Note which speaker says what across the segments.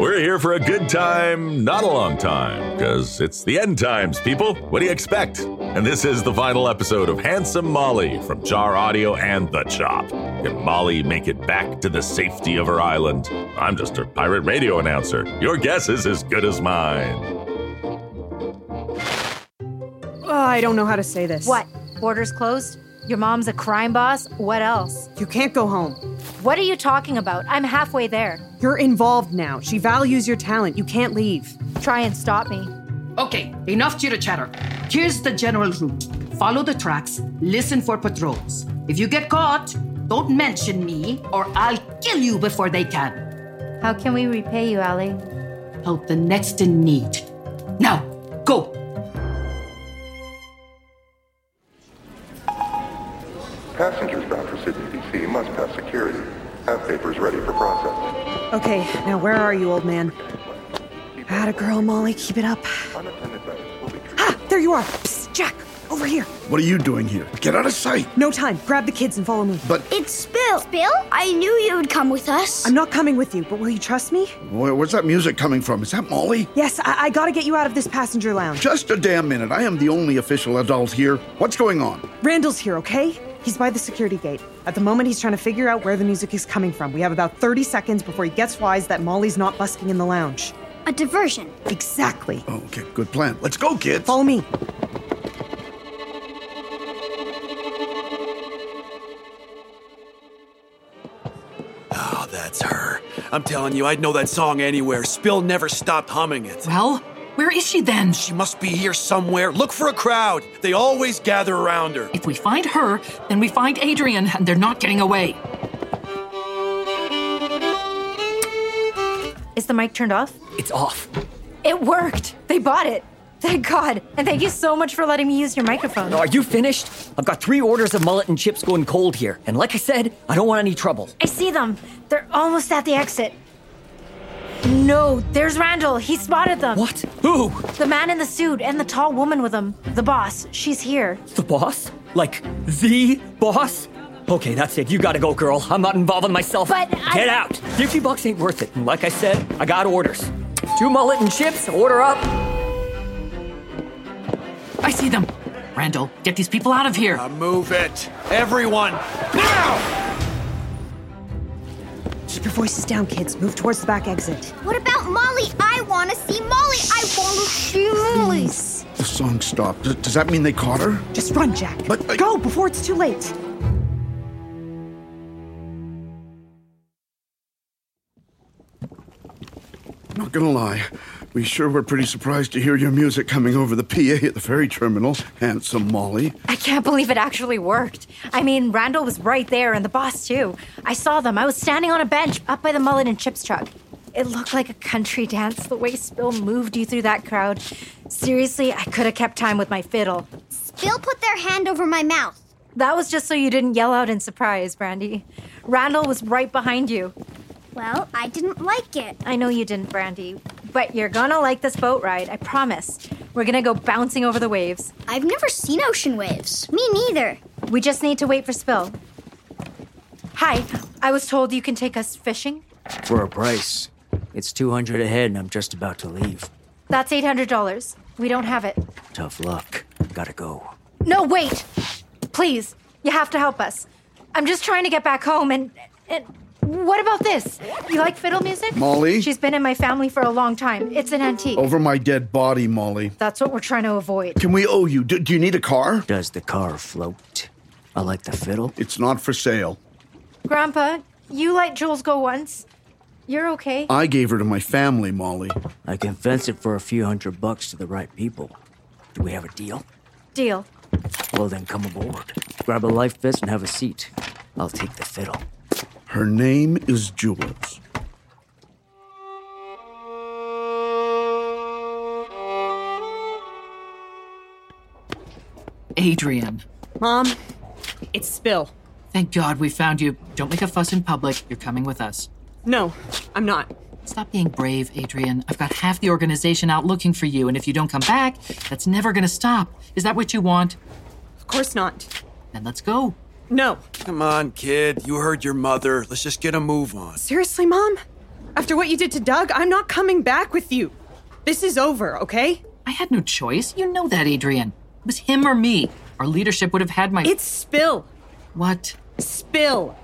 Speaker 1: We're here for a good time, not a long time, because it's the end times, people. What do you expect? And this is the final episode of Handsome Molly from Jar Audio and The Chop. Can Molly make it back to the safety of her island? I'm just a pirate radio announcer. Your guess is as good as mine.
Speaker 2: Oh, I don't know how to say this.
Speaker 3: What? Borders closed? Your mom's a crime boss? What else?
Speaker 2: You can't go home.
Speaker 3: What are you talking about? I'm halfway there.
Speaker 2: You're involved now. She values your talent. You can't leave.
Speaker 3: Try and stop me.
Speaker 4: Okay, enough chitter chatter. Here's the general route follow the tracks, listen for patrols. If you get caught, don't mention me, or I'll kill you before they can.
Speaker 3: How can we repay you, Allie?
Speaker 4: Help the next in need. Now, go!
Speaker 5: Passengers bound for Sydney, D.C. must pass security. Have papers ready for processing.
Speaker 2: Okay, now where are you, old man? Atta girl, Molly. Keep it up.
Speaker 5: Unattended bags will be treated.
Speaker 2: Ah, there you are. Psst, Jack, over here.
Speaker 6: What are you doing here? Get out of sight!
Speaker 2: No time. Grab the kids and follow me.
Speaker 7: It's Spill. Spill? I knew you would come with us.
Speaker 2: I'm not coming with you, but will you trust me?
Speaker 6: Where, where's that music coming from? Is that Molly?
Speaker 2: Yes, I, I gotta get you out of this passenger lounge.
Speaker 6: Just a damn minute. I am the only official adult here. What's going on?
Speaker 2: Randall's here, okay? He's by the security gate. At the moment, he's trying to figure out where the music is coming from. We have about 30 seconds before he gets wise that Molly's not busking in the lounge.
Speaker 7: A diversion.
Speaker 2: Exactly.
Speaker 6: Oh, okay, good plan. Let's go, kids.
Speaker 2: Follow me.
Speaker 8: Oh, that's her. I'm telling you, I'd know that song anywhere. Spill never stopped humming it.
Speaker 4: Well, where is she then?
Speaker 8: She must be here somewhere. Look for a crowd. They always gather around her.
Speaker 4: If we find her, then we find Adrian, and they're not getting away.
Speaker 3: Is the mic turned off?
Speaker 9: It's off.
Speaker 3: It worked. They bought it. Thank God. And thank you so much for letting me use your microphone.
Speaker 9: Are you finished? I've got three orders of mullet and chips going cold here. And like I said, I don't want any trouble.
Speaker 3: I see them. They're almost at the exit. No, there's Randall. He spotted them.
Speaker 9: What? Who?
Speaker 3: The man in the suit and the tall woman with him. The boss. She's here.
Speaker 9: The boss? Like, the boss? Okay, that's it. You gotta go, girl. I'm not involving myself.
Speaker 3: But I-
Speaker 9: Get out! 50 bucks ain't worth it. And like I said, I got orders. Two mullet and chips, order up.
Speaker 4: I see them. Randall, get these people out of here.
Speaker 8: Move it. Everyone, now!
Speaker 2: Keep your voices down, kids. Move towards the back exit.
Speaker 7: What about Molly? I want to see Molly. I want to see Molly.
Speaker 6: The song stopped. Does, does that mean they caught her?
Speaker 2: Just run, Jack.
Speaker 6: But I-
Speaker 2: Go before it's too late.
Speaker 6: Not gonna lie. We sure were pretty surprised to hear your music coming over the PA at the ferry terminal. Handsome Molly.
Speaker 3: I can't believe it actually worked. I mean, Randall was right there and the boss too. I saw them. I was standing on a bench up by the mullet and chips truck. It looked like a country dance the way Spill moved you through that crowd. Seriously, I could have kept time with my fiddle.
Speaker 7: Spill put their hand over my mouth.
Speaker 3: That was just so you didn't yell out in surprise, Brandy. Randall was right behind you.
Speaker 7: Well, I didn't like it.
Speaker 3: I know you didn't, Brandy, but you're gonna like this boat ride, I promise. We're gonna go bouncing over the waves.
Speaker 7: I've never seen ocean waves. Me neither.
Speaker 3: We just need to wait for Spill. Hi, I was told you can take us fishing.
Speaker 9: For a price.
Speaker 10: It's 200 ahead and I'm just about to leave.
Speaker 3: That's $800. We don't have it.
Speaker 10: Tough luck. Gotta go.
Speaker 3: No, wait! Please, you have to help us. I'm just trying to get back home and. and what about this? You like fiddle music?
Speaker 6: Molly?
Speaker 3: She's been in my family for a long time. It's an antique.
Speaker 6: Over my dead body, Molly.
Speaker 3: That's what we're trying to avoid.
Speaker 6: Can we owe you? Do, do you need a car?
Speaker 10: Does the car float? I like the fiddle.
Speaker 6: It's not for sale.
Speaker 3: Grandpa, you let Jules go once. You're okay.
Speaker 6: I gave her to my family, Molly.
Speaker 10: I can fence it for a few hundred bucks to the right people. Do we have a deal?
Speaker 3: Deal.
Speaker 10: Well, then come aboard. Grab a life vest and have a seat. I'll take the fiddle.
Speaker 6: Her name is Jules.
Speaker 4: Adrian,
Speaker 2: Mom, it's Spill.
Speaker 4: thank God we found you. Don't make a fuss in public. You're coming with us.
Speaker 2: No, I'm not.
Speaker 4: Stop being brave, Adrian. I've got half the organization out looking for you, and if you don't come back, that's never gonna stop. Is that what you want?
Speaker 2: Of course not.
Speaker 4: Then let's go.
Speaker 2: No.
Speaker 8: Come on, kid. You heard your mother. Let's just get a move on.
Speaker 2: Seriously, Mom? After what you did to Doug, I'm not coming back with you. This is over, okay?
Speaker 4: I had no choice. You know that, Adrian. It was him or me. Our leadership would have had my.
Speaker 2: It's Spill.
Speaker 4: What?
Speaker 2: Spill.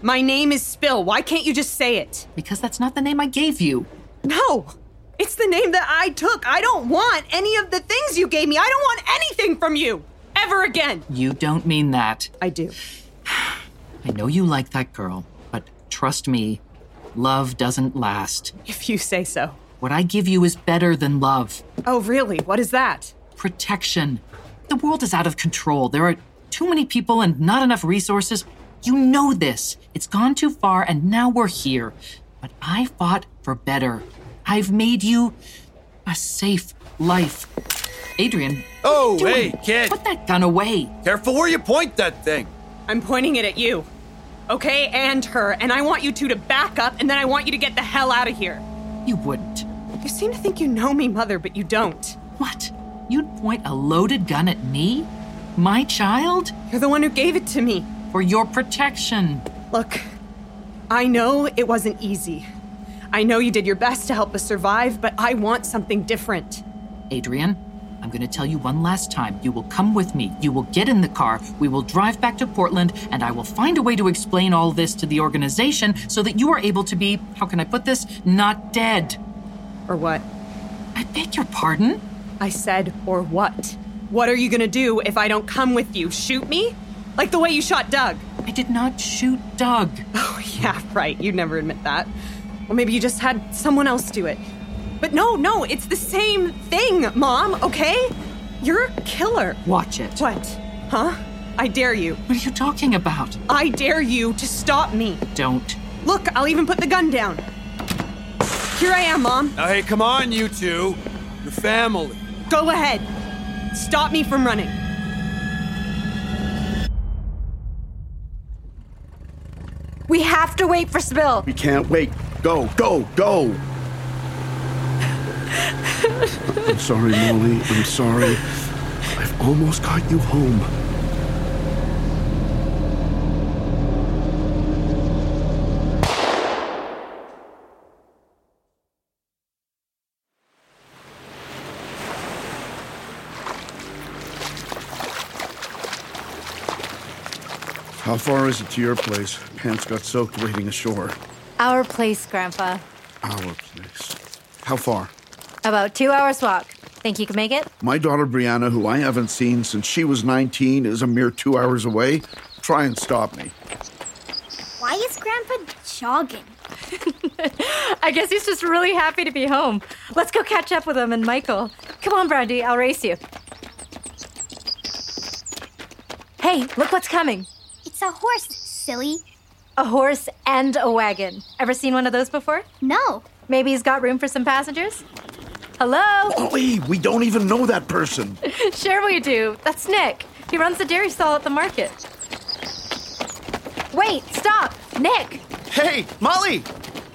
Speaker 2: My name is Spill. Why can't you just say it?
Speaker 4: Because that's not the name I gave you.
Speaker 2: No. It's the name that I took. I don't want any of the things you gave me. I don't want anything from you. Ever again.
Speaker 4: You don't mean that.
Speaker 2: I do.
Speaker 4: I know you like that girl, but trust me, love doesn't last.
Speaker 2: If you say so.
Speaker 4: What I give you is better than love
Speaker 2: Oh, really? What is that?
Speaker 4: protection. The world is out of control. There are too many people and not enough resources. You know this. It's gone too far, and now we're here. But I fought for better. I've made you a safe life. Adrian.
Speaker 8: Oh,
Speaker 4: what are you
Speaker 8: hey,
Speaker 4: doing?
Speaker 8: kid.
Speaker 4: Put that gun away.
Speaker 8: Careful where you point that thing.
Speaker 2: I'm pointing it at you. Okay, and her, and I want you two to back up, and then I want you to get the hell out of here.
Speaker 4: You wouldn't.
Speaker 2: You seem to think you know me, Mother, but you don't.
Speaker 4: What? You'd point a loaded gun at me? My child?
Speaker 2: You're the one who gave it to me.
Speaker 4: For your protection.
Speaker 2: Look, I know it wasn't easy. I know you did your best to help us survive, but I want something different.
Speaker 4: Adrian, I'm going to tell you one last time. You will come with me. You will get in the car. We will drive back to Portland, and I will find a way to explain all this to the organization so that you are able to be, how can I put this, not dead.
Speaker 2: Or what?
Speaker 4: I beg your pardon?
Speaker 2: I said, or what? What are you gonna do if I don't come with you? Shoot me? Like the way you shot Doug.
Speaker 4: I did not shoot Doug.
Speaker 2: Oh, yeah, right. You'd never admit that. Or maybe you just had someone else do it. But no, no, it's the same thing, Mom, okay? You're a killer.
Speaker 4: Watch it.
Speaker 2: What? Huh? I dare you.
Speaker 4: What are you talking about?
Speaker 2: I dare you to stop me.
Speaker 4: Don't.
Speaker 2: Look, I'll even put the gun down. Here I am, Mom.
Speaker 8: Now, hey, come on, you two. Your family.
Speaker 2: Go ahead. Stop me from running.
Speaker 3: We have to wait for Spill.
Speaker 6: We can't wait. Go, go, go. I'm sorry, Molly. I'm sorry. I've almost got you home. How far is it to your place? Pants got soaked wading ashore.
Speaker 3: Our place, Grandpa.
Speaker 6: Our place. How far?
Speaker 3: About two hours walk. Think you can make it?
Speaker 6: My daughter Brianna, who I haven't seen since she was 19, is a mere two hours away. Try and stop me.
Speaker 7: Why is Grandpa jogging?
Speaker 3: I guess he's just really happy to be home. Let's go catch up with him and Michael. Come on, Brandy, I'll race you. Hey, look what's coming.
Speaker 7: It's a horse, silly.
Speaker 3: A horse and a wagon. Ever seen one of those before?
Speaker 7: No.
Speaker 3: Maybe he's got room for some passengers? Hello?
Speaker 6: Molly, we don't even know that person.
Speaker 3: Sure we do. That's Nick. He runs the dairy stall at the market. Wait, stop! Nick!
Speaker 8: Hey, Molly!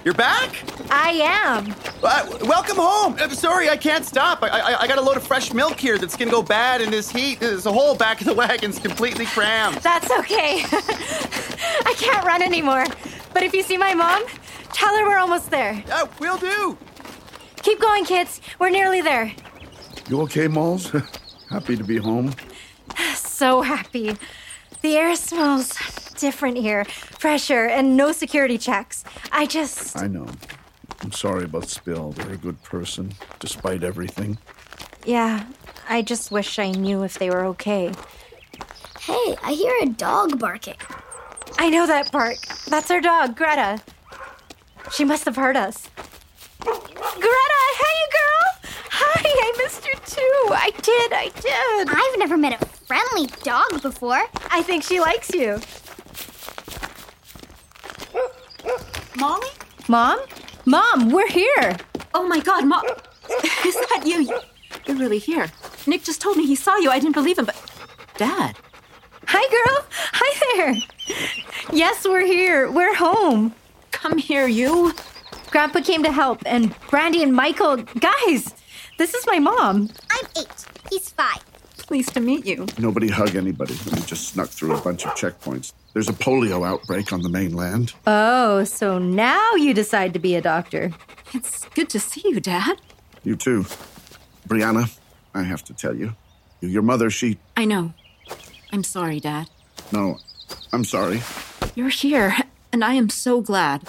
Speaker 8: You're back?
Speaker 3: I am.
Speaker 8: Uh, welcome home. I'm sorry, I can't stop. I, I I got a load of fresh milk here that's gonna go bad in this heat. There's a whole back of the wagon's completely crammed.
Speaker 3: That's okay. I can't run anymore. But if you see my mom, tell her we're almost there.
Speaker 8: Oh, will do.
Speaker 3: Keep going, kids. We're nearly there.
Speaker 6: You okay, Malls? Happy to be home.
Speaker 3: So happy. The air smells different here. Fresher and no security checks. I just.
Speaker 6: I know. I'm sorry about Spill. They're a good person, despite everything.
Speaker 3: Yeah, I just wish I knew if they were okay.
Speaker 7: Hey, I hear a dog barking.
Speaker 3: I know that bark. That's our dog, Greta. She must have heard us. Greta, hey, girl! Hi, I missed you too. I did, I did.
Speaker 7: I've never met a friendly dog before.
Speaker 3: I think she likes you.
Speaker 11: Molly?
Speaker 3: Mom? Mom, we're here.
Speaker 11: Oh my god, Mom. Is that you? You're really here. Nick just told me he saw you. I didn't believe him, but. Dad.
Speaker 3: Hi, girl. Hi there. Yes, we're here. We're home.
Speaker 11: Come here, you.
Speaker 3: Grandpa came to help, and Brandy and Michael. Guys, this is my mom.
Speaker 7: I'm eight. He's five.
Speaker 11: Pleased to meet you.
Speaker 6: Nobody hug anybody. We just snuck through a bunch of checkpoints. There's a polio outbreak on the mainland.
Speaker 3: Oh, so now you decide to be a doctor.
Speaker 11: It's good to see you, Dad.
Speaker 6: You too. Brianna, I have to tell you. Your mother, she.
Speaker 11: I know. I'm sorry, Dad.
Speaker 6: No, I'm sorry.
Speaker 11: You're here, and I am so glad.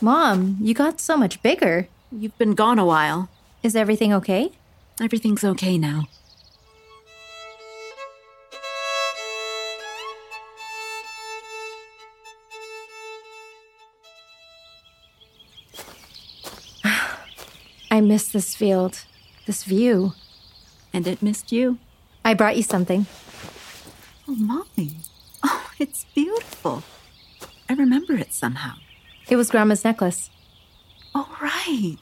Speaker 3: Mom, you got so much bigger.
Speaker 11: You've been gone a while.
Speaker 3: Is everything okay?
Speaker 11: Everything's okay now.
Speaker 3: I miss this field, this view.
Speaker 11: And it missed you.
Speaker 3: I brought you something.
Speaker 11: Oh, Molly. Oh, it's beautiful. I remember it somehow.
Speaker 3: It was Grandma's necklace.
Speaker 11: Oh, right.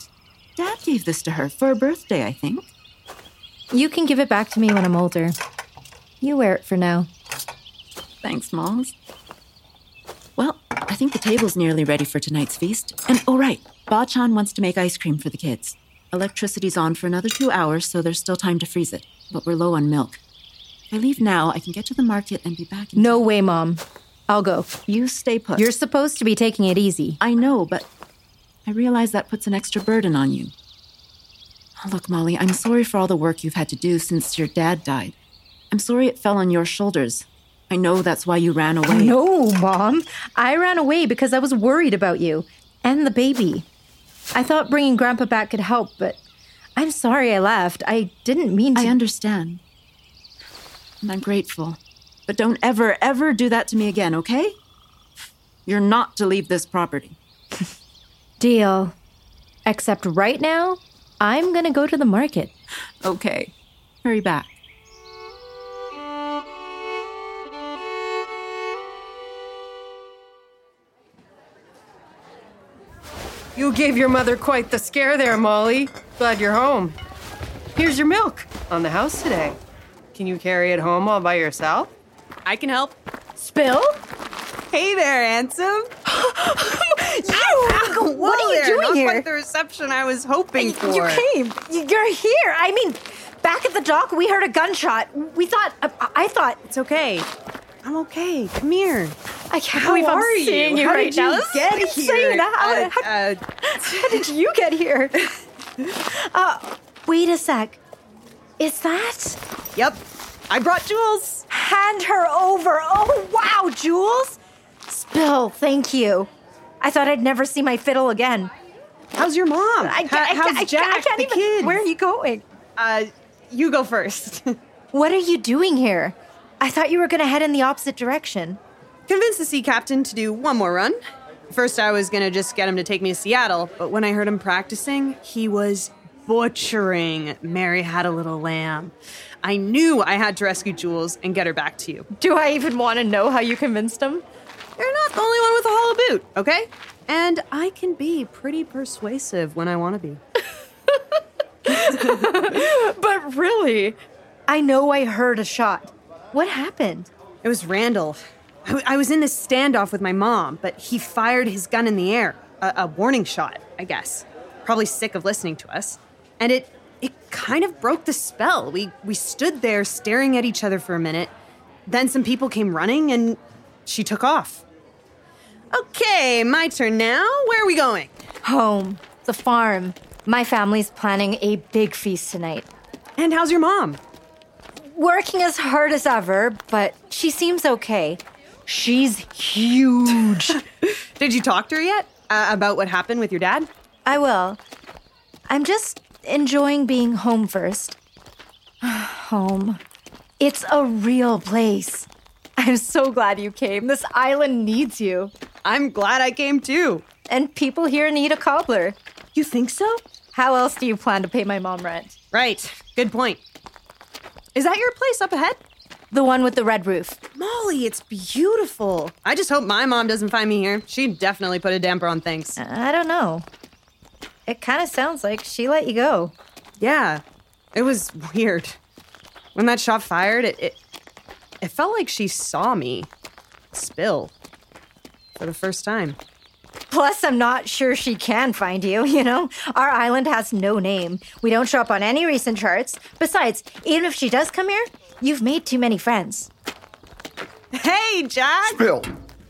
Speaker 11: Dad gave this to her for her birthday, I think.
Speaker 3: You can give it back to me when I'm older. You wear it for now.
Speaker 11: Thanks, Moms. Well, I think the table's nearly ready for tonight's feast. And oh, right, Ba-chan wants to make ice cream for the kids. Electricity's on for another two hours, so there's still time to freeze it. But we're low on milk. If I leave now, I can get to the market and be back. In-
Speaker 3: No way, Mom. I'll go.
Speaker 11: you stay put.
Speaker 3: You're supposed to be taking it easy.
Speaker 11: I know, but I realize that puts an extra burden on you. Oh, Look, Molly, I'm sorry for all the work you've had to do since your dad died. I'm sorry it fell on your shoulders. I know that's why you ran away.
Speaker 3: No, Mom. I ran away because I was worried about you and the baby. I thought bringing Grandpa back could help, but I'm sorry I left. I didn't mean to.
Speaker 11: I understand. And I'm grateful. But don't ever, ever do that to me again, okay? You're not to leave this property.
Speaker 3: Deal. Except right now, I'm going to go to the market.
Speaker 11: Okay. Hurry back.
Speaker 12: You gave your mother quite the scare there, Molly. Glad you're home. Here's your milk on the house today. Can you carry it home all by yourself?
Speaker 2: I can help. Spill? Hey there, handsome. you!
Speaker 3: What are you doing
Speaker 2: Not
Speaker 3: here?
Speaker 2: Quite the reception I was hoping for.
Speaker 3: You came. You- You're here. I mean, back at the dock, we heard a gunshot. We thought. uh, I, I thought it's okay.
Speaker 2: I'm okay. Come here.
Speaker 3: I can't
Speaker 2: How
Speaker 3: believe I'm
Speaker 2: are
Speaker 3: seeing you,
Speaker 2: How
Speaker 3: right
Speaker 2: did
Speaker 3: now.
Speaker 2: You
Speaker 3: This is
Speaker 2: get
Speaker 3: insane.
Speaker 2: here.
Speaker 3: How,
Speaker 2: Uh,
Speaker 3: how-
Speaker 2: uh,
Speaker 3: how did you get here? Uh, wait a sec. Is that?
Speaker 2: yep. I brought Jules.
Speaker 3: Hand her over. Oh wow, Jules. Spill. Thank you. I thought I'd never see my fiddle again.
Speaker 2: How's your mom?
Speaker 3: I,
Speaker 2: How-
Speaker 3: I,
Speaker 2: how's
Speaker 3: I,
Speaker 2: Jack?
Speaker 3: I, can't
Speaker 2: the
Speaker 3: even.
Speaker 2: kids?
Speaker 3: Where are you going?
Speaker 2: Uh, you go first.
Speaker 3: What are you doing here? I thought you were going to head in the opposite direction.
Speaker 2: Convinced the sea captain to do one more run. First, I was gonna just get him to take me to Seattle, but when I heard him practicing, he was butchering Mary Had a Little Lamb. I knew I had to rescue Jules and get her back to you.
Speaker 3: Do I even want to know how you convinced him?
Speaker 2: You're not the only one with a hollow boot, okay? And I can be pretty persuasive when I wanna be.
Speaker 3: But really, I know I heard a shot. What happened?
Speaker 2: It was Randall. I, w- I was in this standoff with my mom, but he fired his gun in the air. A, a warning shot, I guess. Probably sick of listening to us. And it it kind of broke the spell. We we stood there staring at each other for a minute. Then some people came running and she took off. Okay, my turn now. Where are we going?
Speaker 3: Home, the farm. My family's planning a big feast tonight.
Speaker 2: And how's your mom?
Speaker 3: Working as hard as ever, but she seems okay. She's huge.
Speaker 2: Did you talk to her yet uh, about what happened with your dad?
Speaker 3: I will. I'm just enjoying being home first. home. It's a real place. I'm so glad you came. This island needs you.
Speaker 2: I'm glad I came too.
Speaker 3: And people here need a cobbler.
Speaker 2: You think so?
Speaker 3: How else do you plan to pay my mom rent?
Speaker 2: Right. Good point. Is that your place up ahead?
Speaker 3: The one with the red roof.
Speaker 2: Molly, it's beautiful. I just hope my mom doesn't find me here. She'd definitely put a damper on things.
Speaker 3: I don't know. It kind of sounds like she let you go.
Speaker 2: Yeah, it was weird. When that shot fired, it, it it felt like she saw me spill for the first time.
Speaker 3: Plus, I'm not sure she can find you, you know? Our island has no name. We don't show up on any recent charts. Besides, even if she does come here, you've made too many friends.
Speaker 2: Hey, Jack!
Speaker 6: Bill,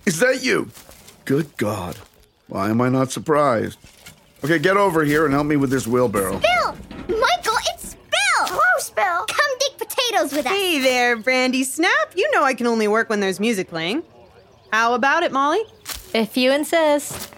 Speaker 6: is that you? Good God. Why am I not surprised? Okay, get over here and help me with this wheelbarrow.
Speaker 7: Bill! Michael, it's Bill! Gross, Bill! Come dig potatoes with us.
Speaker 2: Hey there, Brandy Snap. You know I can only work when there's music playing. How about it, Molly?
Speaker 3: If you insist.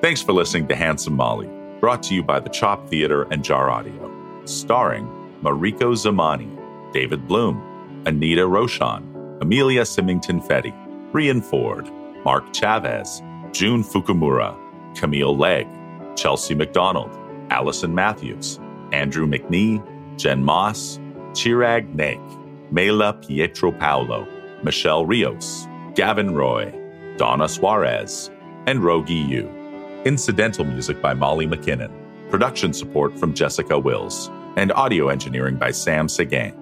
Speaker 1: Thanks for listening to Handsome Molly, brought to you by the Chop Theater and Jar Audio, starring Mariko Zamani, David Bloom, Anita Roshan, Amelia Simington Fetty, Brian Ford, Mark Chavez, June Fukumura, Camille Legg, Chelsea McDonald, Allison Matthews, Andrew McNee, Jen Moss, Chirag Naik, Mela Pietro Paolo, Michelle Rios, Gavin Roy, Donna Suarez, and Rogi Yu. Incidental music by Molly McKinnon. Production support from Jessica Wills. And audio engineering by Sam Segain.